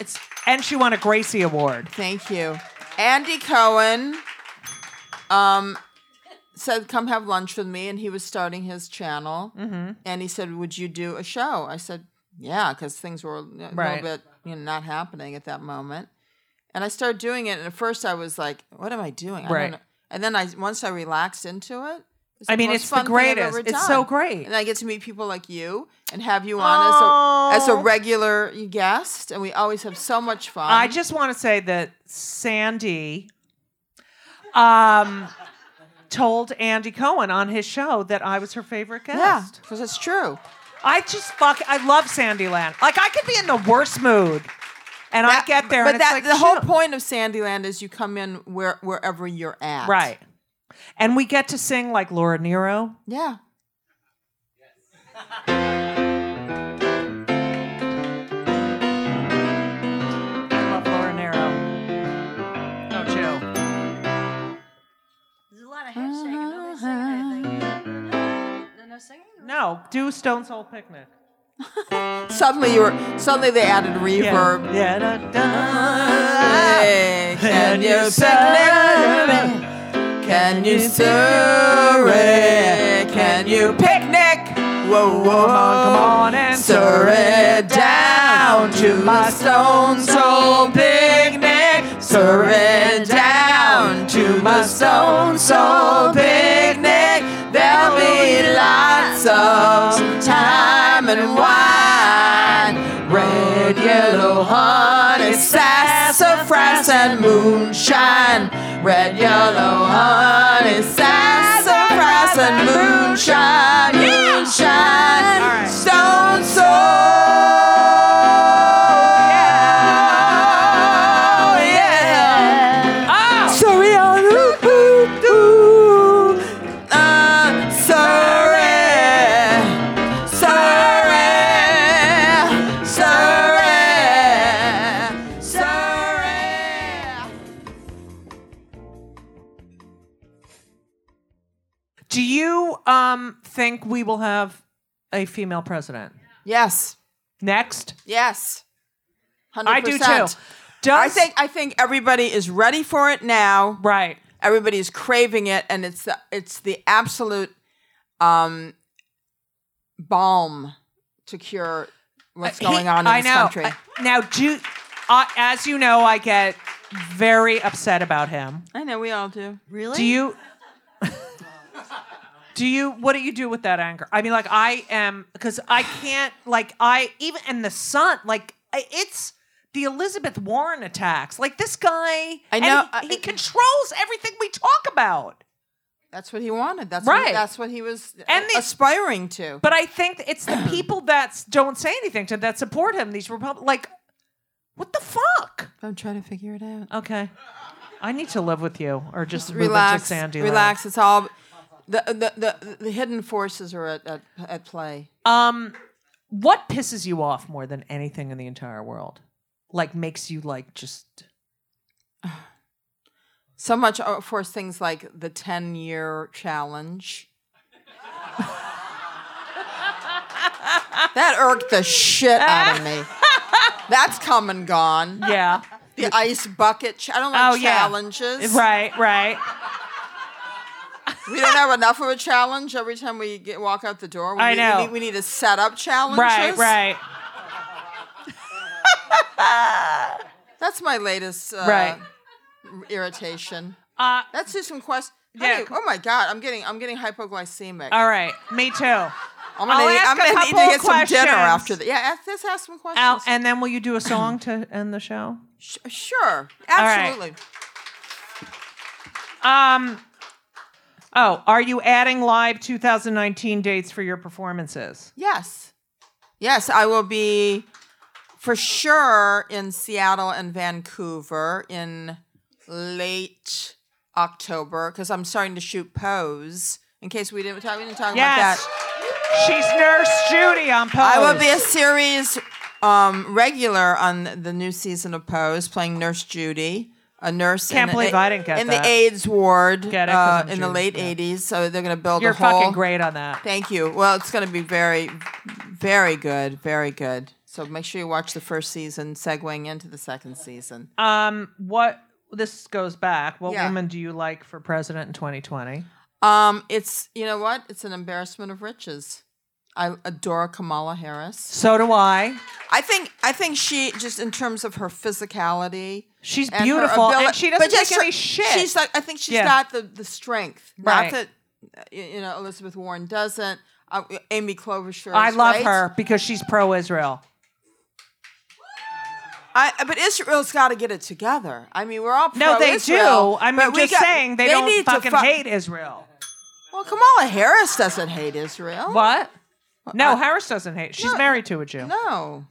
Speaker 2: It's and she won a Gracie Award.
Speaker 3: Thank you, Andy Cohen. Um, said come have lunch with me, and he was starting his channel. Mm-hmm. And he said, "Would you do a show?" I said, "Yeah," because things were a li-
Speaker 2: Right.
Speaker 3: little bit you know not happening at that moment. And I started doing it, and at first I was like, "What am I doing?" I don't
Speaker 2: Right.
Speaker 3: know. And then I once I relaxed into it. it was
Speaker 2: I mean,
Speaker 3: most
Speaker 2: it's the
Speaker 3: fun thing I've
Speaker 2: greatest.
Speaker 3: ever
Speaker 2: It's so
Speaker 3: done.
Speaker 2: great.
Speaker 3: And I get to meet people like you and have you on as a, as
Speaker 2: Oh.
Speaker 3: a regular guest, and we always have so much fun.
Speaker 2: I just want to say that Sandy, um, told Andy Cohen on his show that I was her favorite guest.
Speaker 3: Yeah, because it's true.
Speaker 2: I just fuck. I love Sandy Land. Like I could be in the worst mood, and I
Speaker 3: That-
Speaker 2: get there,
Speaker 3: But
Speaker 2: and
Speaker 3: that,
Speaker 2: it's like
Speaker 3: the whole
Speaker 2: chill.
Speaker 3: point of Sandyland is you come in where wherever you're at.
Speaker 2: right? And we get to sing like Laura Nero.
Speaker 3: Yeah.
Speaker 2: love Laura Nero. Oh, chill.
Speaker 4: There's a lot
Speaker 3: Uh-huh.
Speaker 4: of head shaking. Nobody's singing anything. No, no singing.
Speaker 2: No, do Stone's Whole Picnic.
Speaker 3: Suddenly you were. Suddenly they added reverb.
Speaker 2: Yeah. yeah da, da.
Speaker 3: Hey, can you picnic? Can you surrey? Can you picnic? Whoa, whoa,
Speaker 2: Come on, come on and
Speaker 3: Surrey down to my stone soul picnic. Surrey down to my stone soul picnic. There'll be lots of time and wine. Red, yellow, honey, sassafras, and moonshine. Red, yellow, honey, sassafras, and moonshine. Moonshine.
Speaker 2: All right.
Speaker 3: Stone soul. Oh, Yeah.
Speaker 2: Oh!
Speaker 3: Sorry, ooh, ooh, ooh. Uh, sorry, sorry, sorry, sorry.
Speaker 2: Do you um think we will have a female president
Speaker 3: Yes,
Speaker 2: next?
Speaker 3: yes, 100%.
Speaker 2: I do too. Does,
Speaker 3: I think I think everybody is ready for it now.
Speaker 2: right.
Speaker 3: everybody is craving it and it's the, it's the absolute um balm to cure what's
Speaker 2: Uh, He-
Speaker 3: going on in
Speaker 2: I
Speaker 3: this
Speaker 2: know.
Speaker 3: country. I,
Speaker 2: I- now, do I as you know, I get very upset about him.
Speaker 3: know we all do.
Speaker 4: Really?
Speaker 2: Do you? Do you? What do you do with that anger? I mean, like I am because I can't. Like I even and the son. Like I- it's the Elizabeth Warren attacks. Like this guy. and
Speaker 3: know,
Speaker 2: he,
Speaker 3: I-
Speaker 2: he controls everything we talk about.
Speaker 3: That's what he wanted. That's
Speaker 2: Right.
Speaker 3: What, that's what he was
Speaker 2: And the-
Speaker 3: aspiring to.
Speaker 2: But I think it's the people that don't say anything to that support him. These Republicans. Like what the fuck?
Speaker 3: I'm trying to figure it out.
Speaker 2: Okay. I need to live with you, or just move into
Speaker 3: relax.
Speaker 2: Sandy. Land.
Speaker 3: relax. It's all the, the the the hidden forces are at at, at play.
Speaker 2: Um, What pisses you off more than anything in the entire world? Like makes you like just
Speaker 3: So much, uh, of course, things like the 10 year challenge. that irked the shit out of me. That's come and gone.
Speaker 2: yeah.
Speaker 3: The ice bucket. Ch- I don't like
Speaker 2: Oh, yeah.
Speaker 3: challenges.
Speaker 2: Right, right.
Speaker 3: We don't have enough of a challenge every time we get, walk out the door. We
Speaker 2: I
Speaker 3: need,
Speaker 2: know.
Speaker 3: We need, we need to set up challenges.
Speaker 2: Right, right.
Speaker 3: That's my latest uh,
Speaker 2: Right.
Speaker 3: irritation.
Speaker 2: Uh,
Speaker 3: Let's do some questions.
Speaker 2: Yeah, co-
Speaker 3: oh my God, I'm getting I'm getting hypoglycemic.
Speaker 2: all right. Me too.
Speaker 3: I'm gonna,
Speaker 2: I'll
Speaker 3: need,
Speaker 2: ask
Speaker 3: I'm
Speaker 2: a
Speaker 3: gonna need to
Speaker 2: couple
Speaker 3: get some dinner
Speaker 2: questions.
Speaker 3: after that. Yeah, ask, let's ask some questions.
Speaker 2: Al, and then will you do a song to end the show?
Speaker 3: Sh- sure,
Speaker 2: right.
Speaker 3: absolutely.
Speaker 2: Um. Oh, are you adding live 2019 dates for your performances?
Speaker 3: Yes, yes, I will be for sure in Seattle and Vancouver in late October because I'm starting to shoot Pose. In case we didn't talk, we didn't talk about
Speaker 2: Yes.
Speaker 3: that.
Speaker 2: She's Nurse Judy on Pose.
Speaker 3: I will be a series um, regular on the new season of Pose, playing Nurse Judy, a nurse.
Speaker 2: Can't
Speaker 3: in
Speaker 2: believe
Speaker 3: I
Speaker 2: I didn't get
Speaker 3: in
Speaker 2: that.
Speaker 3: the AIDS ward
Speaker 2: Get it, 'cause
Speaker 3: uh,
Speaker 2: I'm
Speaker 3: in the
Speaker 2: Jewish,
Speaker 3: late
Speaker 2: yeah.
Speaker 3: '80s. So they're going to build
Speaker 2: You're
Speaker 3: a whole.
Speaker 2: fucking great on that.
Speaker 3: Thank you. Well, it's going to be very, very good, very good. So make sure you watch the first season, segueing into the second season.
Speaker 2: Um, what this goes back. What
Speaker 3: Yeah.
Speaker 2: woman do you like for president in 2020?
Speaker 3: Um, it's you know what? It's an embarrassment of riches. I adore Kamala Harris.
Speaker 2: So do I.
Speaker 3: I think I think she just in terms of her physicality.
Speaker 2: She's
Speaker 3: and her
Speaker 2: beautiful,
Speaker 3: abili-
Speaker 2: and she doesn't
Speaker 3: but just
Speaker 2: take any
Speaker 3: her-
Speaker 2: shit.
Speaker 3: She's like, I think she's
Speaker 2: Yeah.
Speaker 3: got the the strength.
Speaker 2: Right.
Speaker 3: Not that uh, y- you know Elizabeth Warren doesn't. Uh, Amy Klobuchar.
Speaker 2: I
Speaker 3: is
Speaker 2: love
Speaker 3: right.
Speaker 2: her because she's pro-Israel.
Speaker 3: I, but Israel's got to get it together. I mean, we're all
Speaker 2: No, they
Speaker 3: pro-Israel,
Speaker 2: do. I'm
Speaker 3: but we
Speaker 2: just
Speaker 3: got-
Speaker 2: saying they,
Speaker 3: need
Speaker 2: don't fucking
Speaker 3: to fu-
Speaker 2: hate Israel.
Speaker 3: Well, Kamala Harris doesn't hate Israel.
Speaker 2: What? No,
Speaker 3: I-
Speaker 2: Harris doesn't hate. She's
Speaker 3: No,
Speaker 2: married to a Jew.
Speaker 3: No.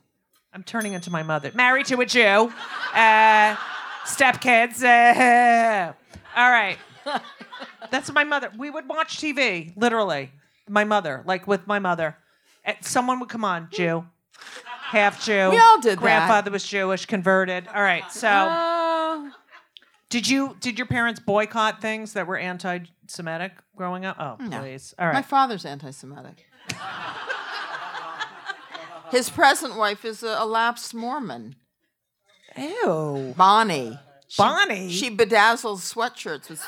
Speaker 2: I'm turning into my mother. Married to a Jew. Uh, stepkids. Uh, all right. That's my mother. We would watch TV, literally. My mother, like with my mother. And someone would come on, Jew. Half Jew.
Speaker 3: We all did that.
Speaker 2: Grandfather was Jewish, converted. All right. So
Speaker 3: Oh.
Speaker 2: did you did your parents boycott things that were anti Semitic growing up? Oh, please. All
Speaker 3: My
Speaker 2: right.
Speaker 3: father's anti-Semitic. His present wife is a, a lapsed Mormon,
Speaker 2: Ew.
Speaker 3: Bonnie.
Speaker 2: Bonnie.
Speaker 3: She bedazzles sweatshirts with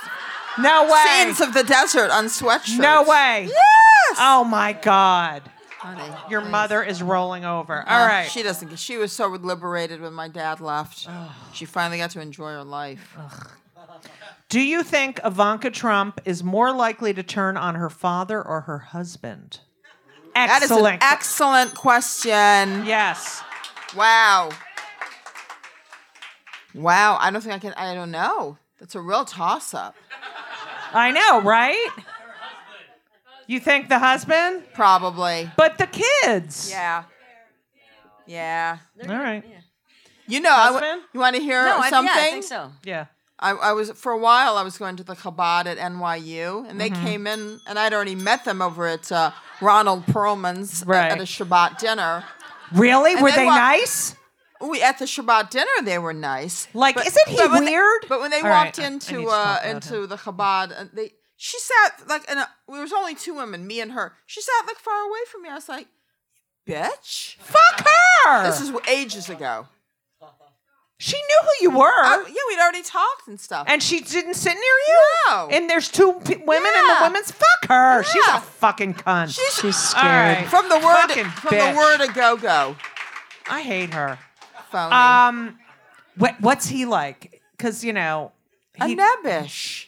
Speaker 2: no way.
Speaker 3: scenes of the desert on sweatshirts.
Speaker 2: No way.
Speaker 3: Yes.
Speaker 2: Oh my God.
Speaker 3: Honey,
Speaker 2: Your
Speaker 3: please.
Speaker 2: mother is rolling over.
Speaker 3: Uh,
Speaker 2: All right.
Speaker 3: She doesn't. get- She was so liberated when my dad left.
Speaker 4: Oh.
Speaker 3: She finally got to enjoy her life.
Speaker 2: Do you think Ivanka Trump is more likely to turn on her father or her husband?
Speaker 3: That is
Speaker 2: Excellent.
Speaker 3: an excellent question.
Speaker 2: yes.
Speaker 3: Wow. Wow. I don't think I can. I don't know. That's a real toss up.
Speaker 2: I know, right? You think the husband?
Speaker 3: Probably.
Speaker 2: But the kids.
Speaker 3: Yeah. Yeah.
Speaker 2: All right.
Speaker 3: You know, I w-
Speaker 2: Husband?
Speaker 3: you want to hear
Speaker 4: No, I, yeah,
Speaker 3: something?
Speaker 4: I think so.
Speaker 2: Yeah.
Speaker 3: I, I was for a while. I was going to the Chabad at NYU, and they
Speaker 2: Mm-hmm.
Speaker 3: came in, and I'd already met them over at uh, Ronald Perlman's at-
Speaker 2: Right.
Speaker 3: at, a Shabbat dinner.
Speaker 2: Really? Were
Speaker 3: then
Speaker 2: they
Speaker 3: what-
Speaker 2: nice?
Speaker 3: We at the Shabbat dinner, they were nice.
Speaker 2: Like, isn't he
Speaker 3: but when they-
Speaker 2: weird?
Speaker 3: but when they
Speaker 2: All right,
Speaker 3: walked
Speaker 2: I- I need
Speaker 3: into
Speaker 2: to talk
Speaker 3: uh,
Speaker 2: about
Speaker 3: into
Speaker 2: him.
Speaker 3: the Chabad, and they she sat like, and there was only two women, me and her. She sat like far away from me. I was like, "Bitch,
Speaker 2: Fuck her.
Speaker 3: this is ages ago."
Speaker 2: she knew who you were.
Speaker 3: Oh, yeah, we'd already talked and stuff.
Speaker 2: and she didn't sit near you?
Speaker 3: No.
Speaker 2: And there's two p- women and the
Speaker 3: Oh. Yeah.
Speaker 2: women's fuck her. She's
Speaker 3: Yeah.
Speaker 2: a fucking cunt.
Speaker 3: She's-
Speaker 4: She's
Speaker 2: All
Speaker 4: scared.
Speaker 2: right.
Speaker 3: from the word
Speaker 2: Fucking
Speaker 3: from
Speaker 2: bitch.
Speaker 3: the word a go go
Speaker 2: I hate her.
Speaker 3: phone.
Speaker 2: Um, what, what's he like? Because you know,
Speaker 3: a
Speaker 2: he-
Speaker 3: nebbish.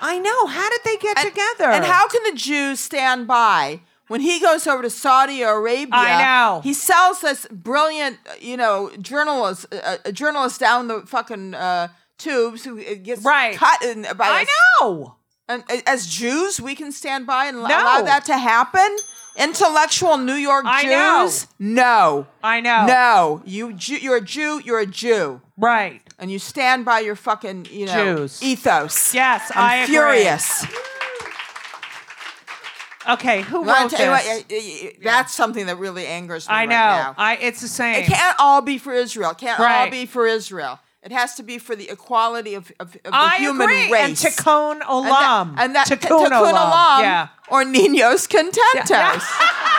Speaker 2: I know. How did they get together?
Speaker 3: And how can the Jews stand by when he goes over to Saudi Arabia?
Speaker 2: I know.
Speaker 3: he sells this brilliant, you know, journalist, uh, a journalist down the fucking uh, tubes who uh, gets
Speaker 2: Right.
Speaker 3: cut in by.
Speaker 2: I
Speaker 3: us.
Speaker 2: know.
Speaker 3: And, uh, as Jews, we can stand by and l-
Speaker 2: No.
Speaker 3: allow that to happen. Intellectual New York
Speaker 2: I know.
Speaker 3: Jews, no,
Speaker 2: I know.
Speaker 3: no. You, Jew, you're a Jew. You're a Jew.
Speaker 2: Right.
Speaker 3: and you stand by your fucking you know
Speaker 2: Jews.
Speaker 3: ethos.
Speaker 2: Yes,
Speaker 3: I'm
Speaker 2: I agree.
Speaker 3: furious.
Speaker 2: Okay, who
Speaker 3: Well, I
Speaker 2: wrote
Speaker 3: tell you what,
Speaker 2: this?
Speaker 3: yeah, yeah, yeah, that's something that really angers me
Speaker 2: I
Speaker 3: right
Speaker 2: know.
Speaker 3: now.
Speaker 2: I it's the same.
Speaker 3: It can't all be for Israel. It can't all
Speaker 2: Right.
Speaker 3: be for Israel. It has to be for the equality of, of, of the
Speaker 2: I
Speaker 3: human
Speaker 2: agree. And
Speaker 3: race.
Speaker 2: Tikkun Olam.
Speaker 3: and that, and that
Speaker 2: Tikkun Olam. Yeah.
Speaker 3: or Ninos Contentos.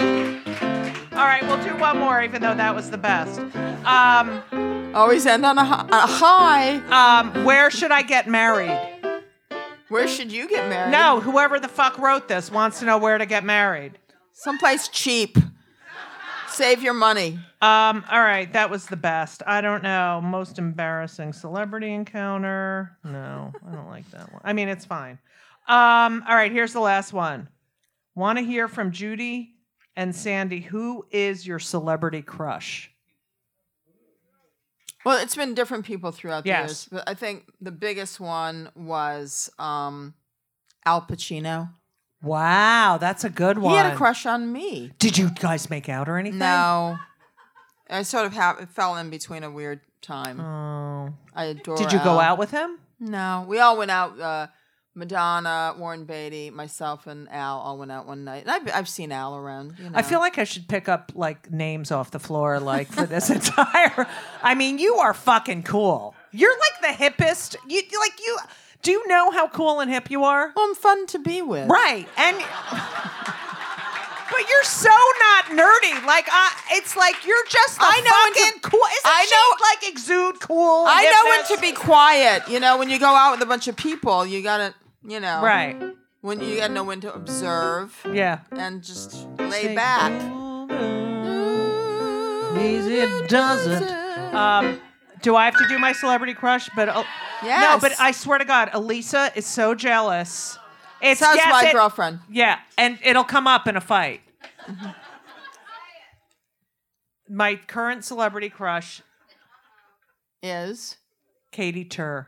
Speaker 2: All right, we'll do one more, even though that was the best. Um,
Speaker 3: Always end on a, hi- on a high.
Speaker 2: um, where should I get married?
Speaker 3: Where should you get married?
Speaker 2: No, whoever the fuck wrote this wants to know where to get married.
Speaker 3: someplace cheap. Save your money.
Speaker 2: Um, all right, that was the best. I don't know. Most embarrassing celebrity encounter. No, I don't like that one. I mean, it's fine. Um, all right, here's the last one. Want to hear from Judy and Sandy. Who is your celebrity crush?
Speaker 3: Well, it's been different people throughout the
Speaker 2: Yes.
Speaker 3: years, but I think the biggest one was um, Al Pacino.
Speaker 2: Wow, that's a good one.
Speaker 3: He had a crush on me.
Speaker 2: Did you guys make out or anything?
Speaker 3: No. I sort of ha- fell in between a weird time.
Speaker 2: Oh.
Speaker 3: I adore.
Speaker 2: Did you go
Speaker 3: Al.
Speaker 2: out with him?
Speaker 3: No, we all went out. Uh, Madonna, Warren Beatty, myself, and Al all went out one night. And I've, I've seen Al around. You know.
Speaker 2: I feel like I should pick up like names off the floor, like for this entire. I mean, you are fucking cool. You're like the hippest. You like you. Do you know how cool and hip you are?
Speaker 3: well, I'm fun to be with.
Speaker 2: Right, and but you're so not nerdy. Like I, it's like you're just. The
Speaker 3: I know when to-
Speaker 2: fucking cool. Isn't
Speaker 3: I know-
Speaker 2: she, like exude cool.
Speaker 3: I know
Speaker 2: hipness?
Speaker 3: when to be quiet. You know, when you go out with a bunch of people, you gotta, you know,
Speaker 2: Right.
Speaker 3: When you gotta know when to observe
Speaker 2: Yeah.
Speaker 3: and just lay
Speaker 2: Mm-hmm. Say,
Speaker 3: back.
Speaker 2: Means it doesn't. Um, do I have to do my celebrity crush? But uh,
Speaker 3: Yes.
Speaker 2: no, but I swear to God, Elisa is so jealous. It's
Speaker 3: Sounds
Speaker 2: yes,
Speaker 3: my
Speaker 2: it-
Speaker 3: girlfriend.
Speaker 2: Yeah, and it'll come up in a fight. my current celebrity crush,
Speaker 3: Is
Speaker 2: Katie Turr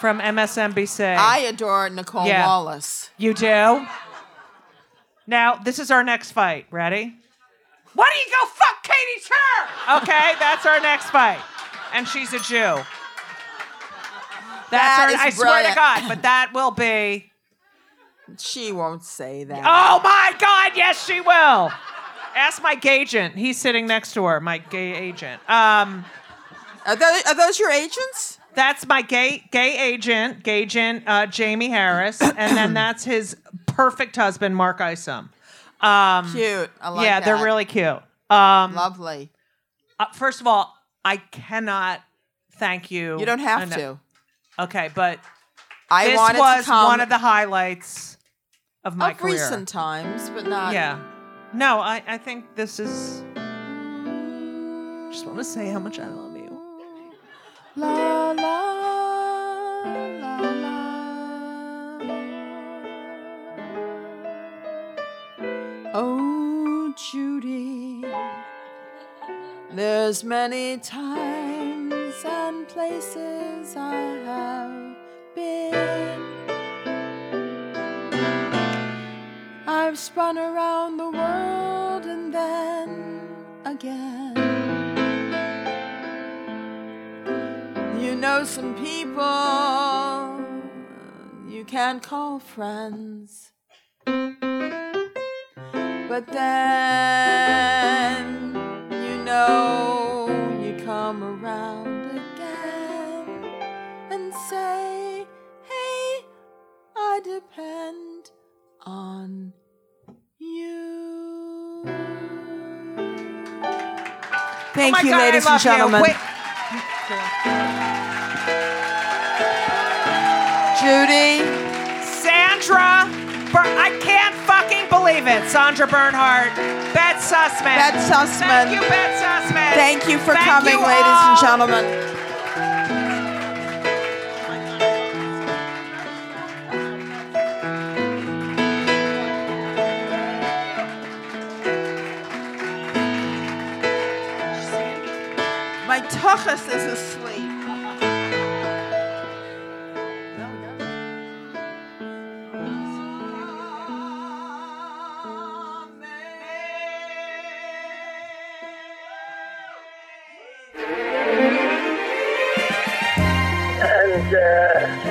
Speaker 2: from MSNBC.
Speaker 3: I adore Nicole
Speaker 2: Yeah.
Speaker 3: Wallace.
Speaker 2: You do? Now, this is our next fight. Ready? Why don't you go fuck Katie Turr? Okay, that's our next fight. And she's a Jew. That's
Speaker 3: That
Speaker 2: our,
Speaker 3: is
Speaker 2: I swear to
Speaker 3: brilliant.
Speaker 2: God, but that will be.
Speaker 3: She won't say that.
Speaker 2: Oh my God, yes, she will. Ask my gay agent. He's sitting next to her, my gay agent. Um,
Speaker 3: Are, those, are those your agents?
Speaker 2: That's my gay gay agent, gay agent uh, Jamie Harris, and then that's his perfect husband, Mark Isom. Um,
Speaker 3: Cute. I like
Speaker 2: yeah,
Speaker 3: that.
Speaker 2: they're really cute. Um,
Speaker 3: lovely.
Speaker 2: uh, first of all, I cannot thank you.
Speaker 3: You don't have
Speaker 2: enough.
Speaker 3: to.
Speaker 2: Okay, but
Speaker 3: I
Speaker 2: this
Speaker 3: wanted
Speaker 2: was
Speaker 3: to come
Speaker 2: one of the highlights of my
Speaker 3: of
Speaker 2: career.
Speaker 3: recent times, but not.
Speaker 2: Yeah. No, I, I think this is. Just want to say how much I love you.
Speaker 3: La, la, la, la. Oh, Judy, there's many times and places I have been. I've spun around the world and then again. You know some people you can't call friends. But then you know you come around again and say, Hey, I depend on you. Thank
Speaker 2: Oh my
Speaker 3: you,
Speaker 2: God, I
Speaker 3: ladies
Speaker 2: love
Speaker 3: and
Speaker 2: you.
Speaker 3: gentlemen.
Speaker 2: Wait-
Speaker 3: Judy.
Speaker 2: Sandra, Ber- I can't fucking believe it. Sandra Bernhardt, Bet Sussman.
Speaker 3: Bet Sussman.
Speaker 2: Thank you, Bet Sussman.
Speaker 3: Thank you for
Speaker 2: Thank
Speaker 3: coming,
Speaker 2: you
Speaker 3: ladies
Speaker 2: all.
Speaker 3: and gentlemen. My tuchus is asleep.
Speaker 5: and uh,